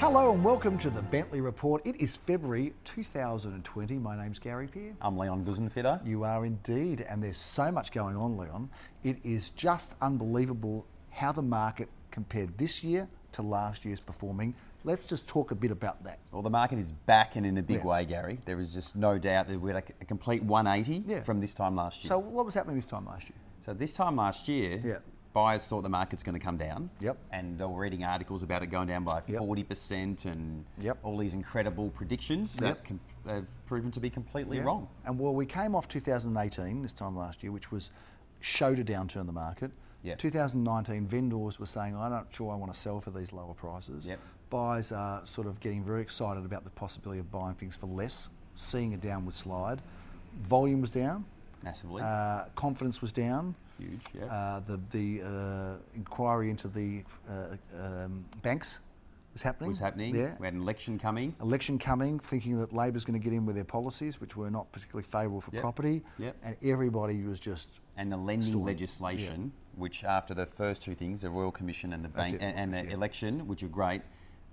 Hello and welcome to the Bentley Report. It is February 2020. My name's Gary Peer. I'm Leon Guzenfitter. You are indeed, and there's so much going on, Leon. It is just unbelievable how the market compared this year to last year's performing. Let's just talk a bit about that. Well, the market is back and in a big Yeah. way, Gary. There is just no doubt that we had a- a complete 180 Yeah. from this time last year. So, what was happening this time last year? So this time last year, Yeah. buyers thought the market's going to come down. Yep. And they were reading articles about it going down by Yep. 40% and Yep. all these incredible Yep. predictions that com- have proven to be completely Yeah. wrong. And well, we came off 2018 this time last year, which was showed a downturn in the market. Yeah. 2019, vendors were saying, "I'm not sure I want to sell for these lower prices." Yep. Buyers are sort of getting very excited about the possibility of buying things for less, seeing a downward slide. Volume was down, Massively. uh, confidence was down. Huge, yeah. Uh, the the uh, inquiry into the uh, um, banks was happening. was happening. Yeah We had an election coming. election coming, thinking that Labor's going to get in with their policies, which were not particularly favourable for Yep. property. Yep. And everybody was just, and the lending Story. legislation, which after the first two things, the Royal Commission and the That's bank it, and, and the yeah. election, which are great,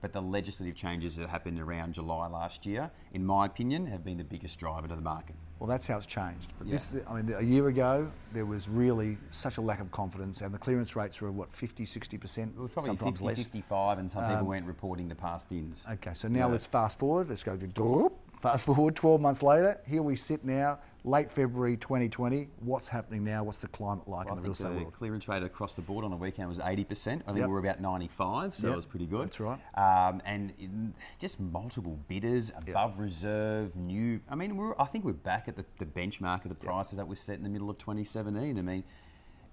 but the legislative changes that happened around July last year, in my opinion, have been the biggest driver to the market. well, that's how it's changed. But Yeah. this, I mean, a year ago, there was really such a lack of confidence, and the clearance rates were, what, 50, 60%? It was probably sometimes 50, less. Um, 55, and some people weren't reporting the past ins. Okay, so now let's fast forward. Let's go to droop. Fast forward 12 months later. Here we sit now, late February 2020. What's happening now? What's the climate like I in the real think estate the world? clearance rate across the board on the weekend was 80%. I think Yep. we were about 95, so Yep. it was pretty good. That's right. Um, and in- just multiple bidders above reserve, new. I mean, we're, I think we're back at the, the benchmark of the prices that was set in the middle of 2017. I mean,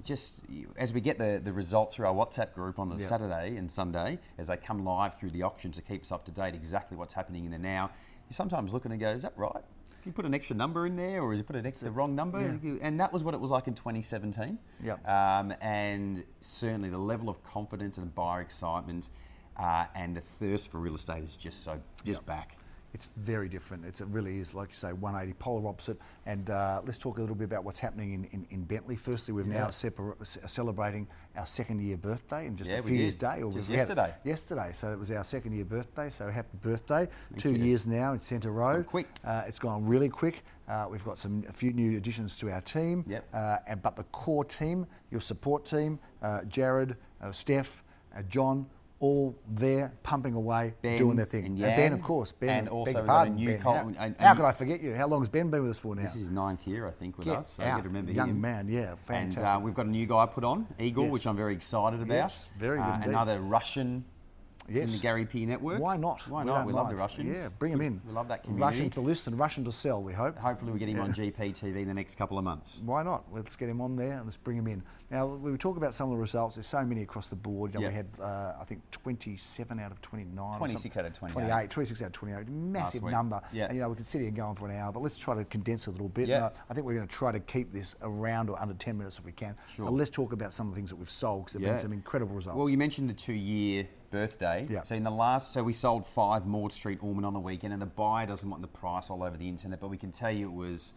just as we get the, the results through our WhatsApp group on the Yep. Saturday and Sunday, as they come live through the auction to keep us up to date exactly what's happening in the now, you sometimes look at it and go, is that right? You put an extra number in there, or is it put an extra wrong number? And that was what it was like in 2017. Yep. Um, and certainly the level of confidence and buyer excitement uh, and the thirst for real estate is just so just back. It's very different. It's, it really is, like you say, 180 polar opposite. And uh, let's talk a little bit about what's happening in, in, in Bentley. Firstly, we're now Yeah. separ- c- celebrating our second year birthday in just Yeah, a we few did. years' day. Just we had- yesterday. yesterday. So it was our second year birthday. So happy birthday. Two years now in Centre Road. quick. Uh, it's gone really quick. Uh, we've got some a few new additions to our team. Yep. Uh, and, but the core team, your support team, uh, Jared, uh, Steph, uh, John, all there pumping away, doing Ben their thing. and Uh, ben, Yan. of course. Ben, And beg also your we've got a pardon, new ben. col- how, and- and- how could I forget you? How long has Ben been with us for now? This is ninth year, I think, with Get us. So you out. got to remember Young him. man, yeah, fantastic. And uh, we've got a new guy put on, Eagle, Yes. which I'm very excited about. Uh, Yes, very good indeed. Another Russian in Yes. the Gary P network. Why not? Why not? don't We, love mind. the Russians. Yeah, bring them in. We love that Russian community. to listen, Russian to sell, we hope. Hopefully, we get him on GPTV in the next couple of months. Why not? Let's get him on there and let's bring him in. Now, we were talking about some of the results. There's so many across the board. You know, Yeah. We had, uh, I think, 27 out of 29. or 26 something. out of 28. 28, 26 out of 28. Massive week. number. Yeah. And, you know, we could sit here and go on for an hour, but let's try to condense a little bit. Yeah. And I- I think we're going to try to keep this around or under 10 minutes if we can. Sure. Now, let's talk about some of the things that we've sold because there have Yeah. been some incredible results. Well, you mentioned the two-year birthday. Yeah. So in the last, so we sold five Maud Street Ormond on the weekend, and the buyer doesn't want the price all over the internet, but we can tell you it was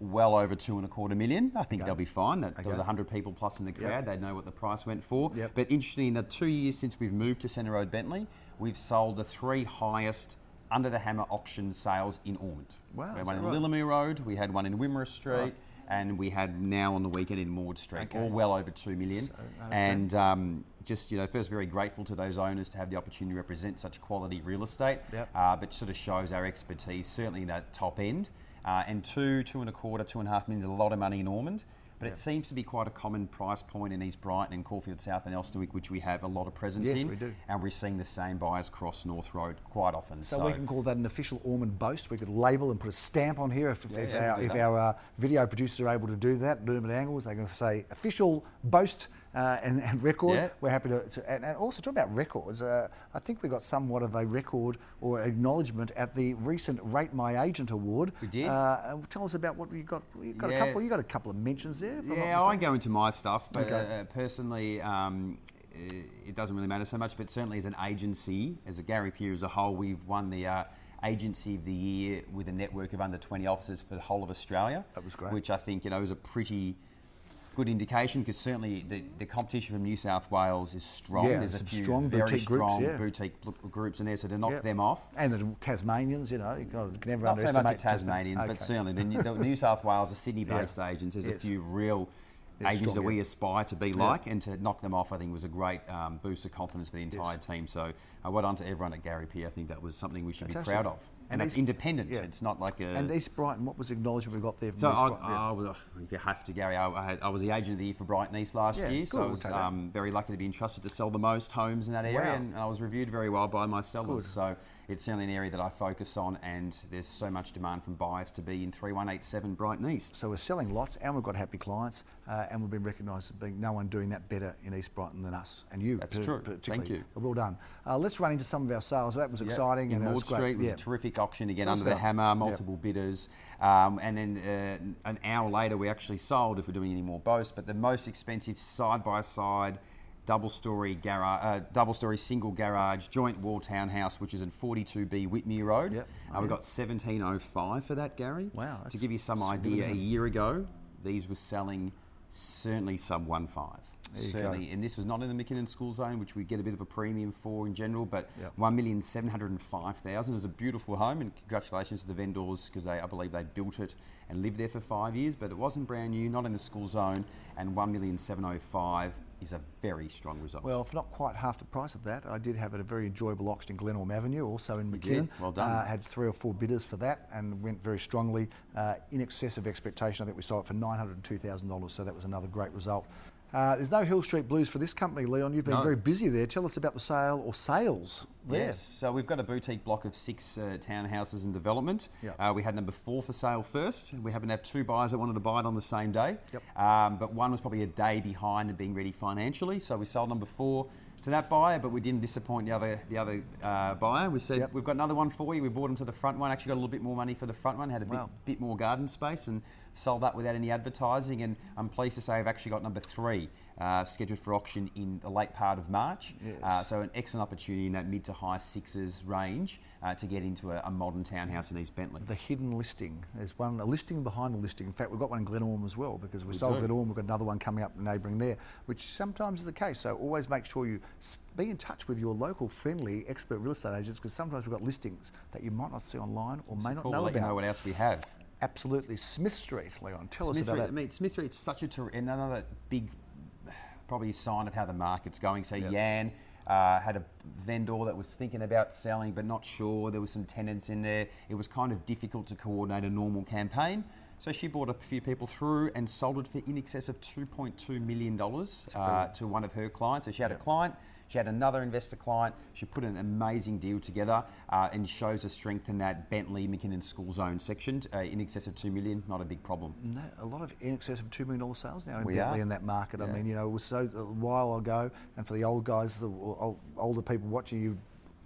well over two and a quarter million. I think they'll be fine. That, There was Okay. 100 people plus in the crowd. They know what the price went for. Yep. But interestingly, in the two years since we've moved to Centre Road Bentley, we've sold the three highest under the hammer auction sales in Ormond. Wow, We is had one that in right? Lillamere Road, we had one in Wimmera Street, Right. and we had now on the weekend in Maud Street, Okay. all well over two million. okay. And and um, just you know, first very grateful to those owners to have the opportunity to represent such quality real estate, Yep. uh, but sort of shows our expertise certainly in that top end. Uh, and two, two and a quarter, two and a half million is a lot of money in Ormond, but it seems to be quite a common price point in East Brighton and Caulfield South and Elsternwick, which we have a lot of presence Yes, in. we do. And we're seeing the same buyers cross North Road quite often. So, we can call that an official Ormond boast. We could label and put a stamp on here if, if, if yeah, we our, can do if that. our uh, video producers are able to do that. Dermot Angles, they can say official boast uh, and, and record. Yeah. We're happy to, to and, and also talk about records. Uh, I think we got somewhat of a record or acknowledgement at the recent Rate My Agent Award. We did. Uh, and tell us about what you got. You got a Yeah. couple. You got a couple of mentions there. if I'm not Yeah, I mistaken. won't go into my stuff, but Okay. uh, personally, um, i- it doesn't really matter so much. But certainly, as an agency, as a Gary Pier as a whole, we've won the uh, Agency of the Year with a network of under 20 offices for the whole of Australia. That was great. Which I think you know is a pretty good indication because certainly the, the competition from New South Wales is strong. Yeah, There's a some few strong very boutique groups, strong yeah. boutique bl- groups in there, so to knock Yeah. them off. And the Tasmanians, you know, you can you can never Not so underestimate much the Tasmanians, Tasman- but certainly the New, the New South Wales, the Sydney-based Yeah. agents. There's a Yes. few real They're agents strong, that we yeah. aspire to be like, and to knock them off, I think was a great um, boost of confidence for the entire team. So, uh, well done to everyone at Gary P. I think that was something we should Fantastic. be proud of, And and, it's East- independent. yeah. It's not like a And East Brighton, what was the acknowledgement we got there from so East I, Brighton? Yeah. I was- oh, if you have to, Gary, I, I, had- I was the agent of the year for Brighton East last Yeah, year, good, so I we'll was take that. um, very lucky to be entrusted to sell the most homes in that area, Wow. and I was reviewed very well by my sellers. So it's certainly an area that I focus on, and there's so much demand from buyers to be in 3187 Brighton East. So we're selling lots and we've got happy clients uh, and we've been recognised as being no one doing that better in East Brighton than us and you. That's true. Thank particularly. you. Well done. Uh, let's run into some of our sales. That was exciting. In and that Maud was great. Street was Yeah. a terrific auction again Tell us under the about it. hammer, Yep. multiple bidders, um, and then uh, an hour later we actually sold. If we're doing any more boasts, but the most expensive side by side. Double story garage, uh, double story single garage, joint wall townhouse, which is in 42B Whitney Road. Yep. Uh, we got 1705 for that, Gary. Wow, To that's- give you some that's good, idea, isn't a it? year ago these were selling certainly sub one five. you go. Certainly, and this was not in the McKinnon School Zone, which we get a bit of a premium for in general, but Yep. one million seven hundred and five thousand is a beautiful home, and congratulations to the vendors because they, I believe, they built it and lived there for five years, but it wasn't brand new, not in the school zone, and one million seven hundred five is a very strong result. Well, for not quite half the price of that, I did have a very enjoyable auction in Glenelm Avenue, also in did? McKinnon. Well done. Uh, had three or four bidders for that and went very strongly, uh, in excess of expectation. I think we sold it for $902,000, so that was another great result. Uh, there's no Hill Street Blues for this company, Leon. You've been No. very busy there. Tell us about the sale or sales there. Yes, so we've got a boutique block of six uh, townhouses in development. Yeah. Uh, we had number four for sale first. We happened to have two buyers that wanted to buy it on the same day, Yep. um, but one was probably a day behind and being ready financially. So we sold number four to that buyer, but we didn't disappoint the other the other uh, buyer. We said Yep. we've got another one for you. We brought them to the front one. Actually, got a little bit more money for the front one. Had a Wow. bit, bit more garden space and sold that without any advertising. And I'm pleased to say I've actually got number three. Uh, scheduled for auction in the late part of March. Uh, so an excellent opportunity in that mid to high sixes range uh, to get into a, a modern townhouse in East Bentley. The hidden listing. There's one, a listing behind the listing. In fact, we've got one in Glenelm as well because we, We sold do. Glenelm. We've got another one coming up neighbouring there, which sometimes is the case. So always make sure you s- be in touch with your local friendly expert real estate agents because sometimes we've got listings that you might not see online or may not Cool, know let you about. know what else we have. Absolutely. Smith Street, Leon. Tell Smith us about Re- that. I mean, Smith Street's such a ter- another big, probably sign of how the market's going. So Yan uh, had a vendor that was thinking about selling but not sure. There was some tenants in there. It was kind of difficult to coordinate a normal campaign. So she brought a few people through and sold it for in excess of $2.2 million uh, to one of her clients. So she had a client, she had another investor client. She put an amazing deal together uh, and shows the strength in that Bentley McKinnon School Zone section uh, in excess of 2 million, not a big problem. No, a lot of in excess of two million dollar sales now in We Bentley are. in that market. I Yeah. mean, you know, it was so a while ago, and for the old guys, the or ol- older people watching, you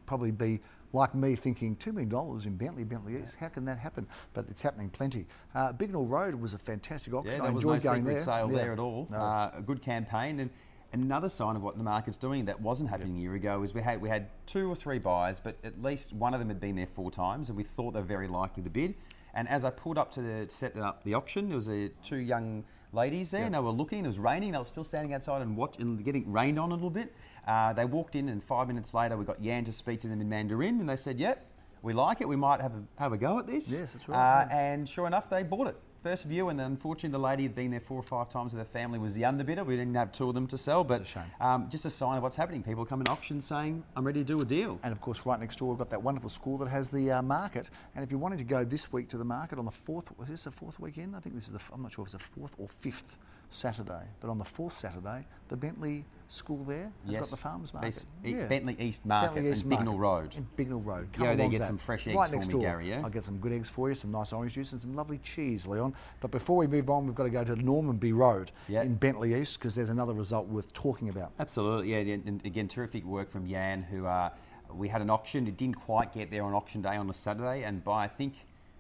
probably be like me thinking two million dollars in Bentley, Bentley East. How can that happen? But it's happening plenty. Uh, Bignell Road was a fantastic auction. Yeah, I there was no enjoyed going secret there. sale Yeah. there at all. No. Uh, a good campaign and another sign of what the market's doing that wasn't happening a year ago is we had we had two or three buyers, but at least one of them had been there four times, and we thought they were very likely to bid. And as I pulled up to the, set up the auction, there was a, two young ladies there, and they were looking. It was raining; they were still standing outside and watch and getting rained on a little bit. Uh, they walked in, and five minutes later, we got Yan to speak to them in Mandarin, and they said, "Yep." We like it. We might have a, have a go at this. Yes, that's right, Uh, and sure enough, they bought it. First view, and then unfortunately, the lady had been there four or five times with her family, was the underbidder. We didn't have two of them to sell, but a shame. Um, just a sign of what's happening. People come in auctions saying, I'm ready to do a deal. And of course, right next door, we've got that wonderful school that has the uh, market. And if you're wanting to go this week to the market on the fourth, was this the fourth weekend? I think this is the, f- I'm not sure if it's the fourth or fifth Saturday, but on the fourth Saturday, the Bentley School there has got the farmers market. Bas- E- Bentley East Market Bentley East and Bignell Market. Road. In Bignell Road. Go there, along get that. some fresh eggs right for next me, door. Gary, yeah? I'll get some good eggs for you, some nice orange juice, and some lovely cheese, Leon. But before we move on, we've got to go to Normanby Road Yeah. in Bentley East because there's another result worth talking about. Absolutely, yeah. And and again, terrific work from Jan, who uh, we had an auction. It didn't quite get there on auction day on a Saturday, and by I think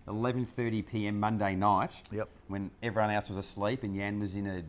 11:30 p.m. Monday night, Yep. when everyone else was asleep, and Jan was in a,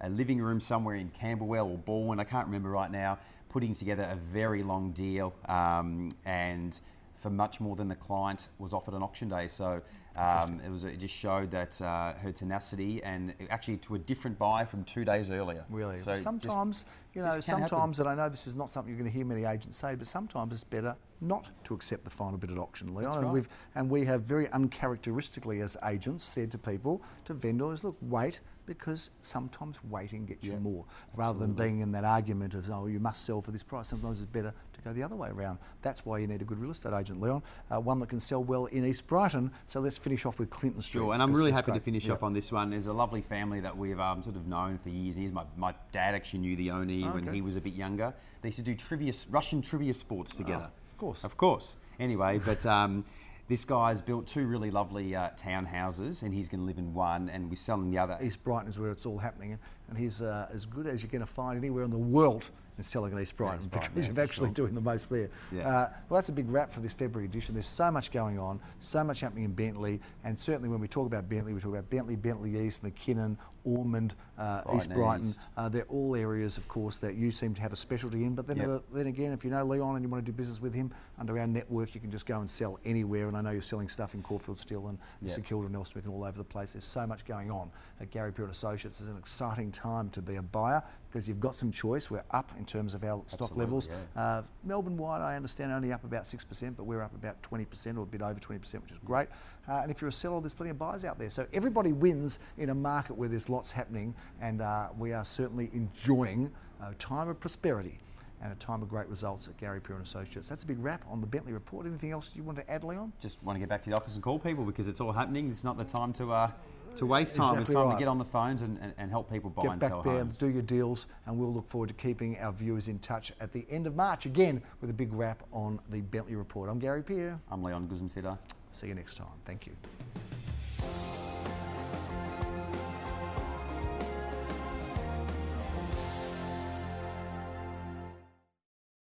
a living room somewhere in Camberwell or Baldwin, I can't remember right now, putting together a very long deal, um, and for much more than the client was offered on auction day. So. Um, it was it just showed that uh, her tenacity and actually to a different buy from two days earlier. Really. So just- sometimes, you know, just can happen. sometimes, and I know this is not something you're going to hear many agents say, but sometimes it's better not to accept the final bid at auction, Leon. And right. we've and we have very uncharacteristically, as agents, said to people, to vendors, look, wait, because sometimes waiting gets you more, rather than being in that argument of oh, you must sell for this price. Sometimes it's better to go the other way around. That's why you need a good real estate agent, Leon, uh, one that can sell well in East Brighton. So let's finish off with Clinton Street. Sure, and I'm because really that's happy to great. finish Yeah. off on this one. There's a lovely family that we've um, sort of known for years and years. My, my dad actually knew the Oni when Oh, okay. he was a bit younger. They used to do trivia, Russian trivia sports together. Ah, of course. Of course. Anyway, but um, this guy's built two really lovely uh, townhouses and he's going to live in one and we're selling the other. East Brighton is where it's all happening, and he's uh, as good as you're going to find anywhere in the world in selling in East Brighton East Brighton, because yeah, you're for actually sure. doing the most there. Yeah. Uh, well, that's a big wrap for this February edition. There's so much going on, so much happening in Bentley, and certainly when we talk about Bentley, we talk about Bentley, Bentley East, McKinnon, Ormond, uh, East Brighton Brighton. East. Uh, they're all areas, of course, that you seem to have a specialty in. But then, Yep. uh, then again, if you know Leon and you want to do business with him under our network, you can just go and sell anywhere. And I know you're selling stuff in Caulfield Steel and Yep. St Kilda and Elswick and all over the place. There's so much going on at Gary Pure and Associates. It's an exciting time to be a buyer because you've got some choice. We're up in terms of our stock Absolutely, levels. yeah. Uh, Melbourne wide, I understand, only up about 6%, but we're up about 20% or a bit over 20%, which is great. Uh, and if you're a seller, there's plenty of buyers out there. So everybody wins in a market where there's lots happening, and uh, we are certainly enjoying a time of prosperity and a time of great results at Gary Pure and Associates. That's a big wrap on the Bentley Report. Anything else you want to add, Leon? Just want to get back to the office and call people because it's all happening. It's not the time to, uh, to waste time. Exactly it's time right. to get on the phones and, and, and help people buy Get and back sell there, homes. do your deals, and we'll look forward to keeping our viewers in touch at the end of March again with a big wrap on the Bentley Report. I'm Gary Peer. I'm Leon Guzenfitter. See you next time. Thank you.